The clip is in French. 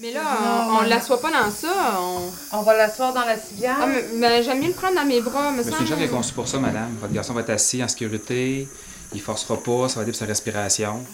Mais là, on, on l'assoit pas dans ça. On... On va l'asseoir dans la civière. Ah, mais, mais j'aime mieux le prendre dans mes bras. Me Mais c'est semble. une chambre qui est conçue pour ça, madame. Votre garçon va être assis en sécurité, il forcera pas, ça va aider pour sa respiration.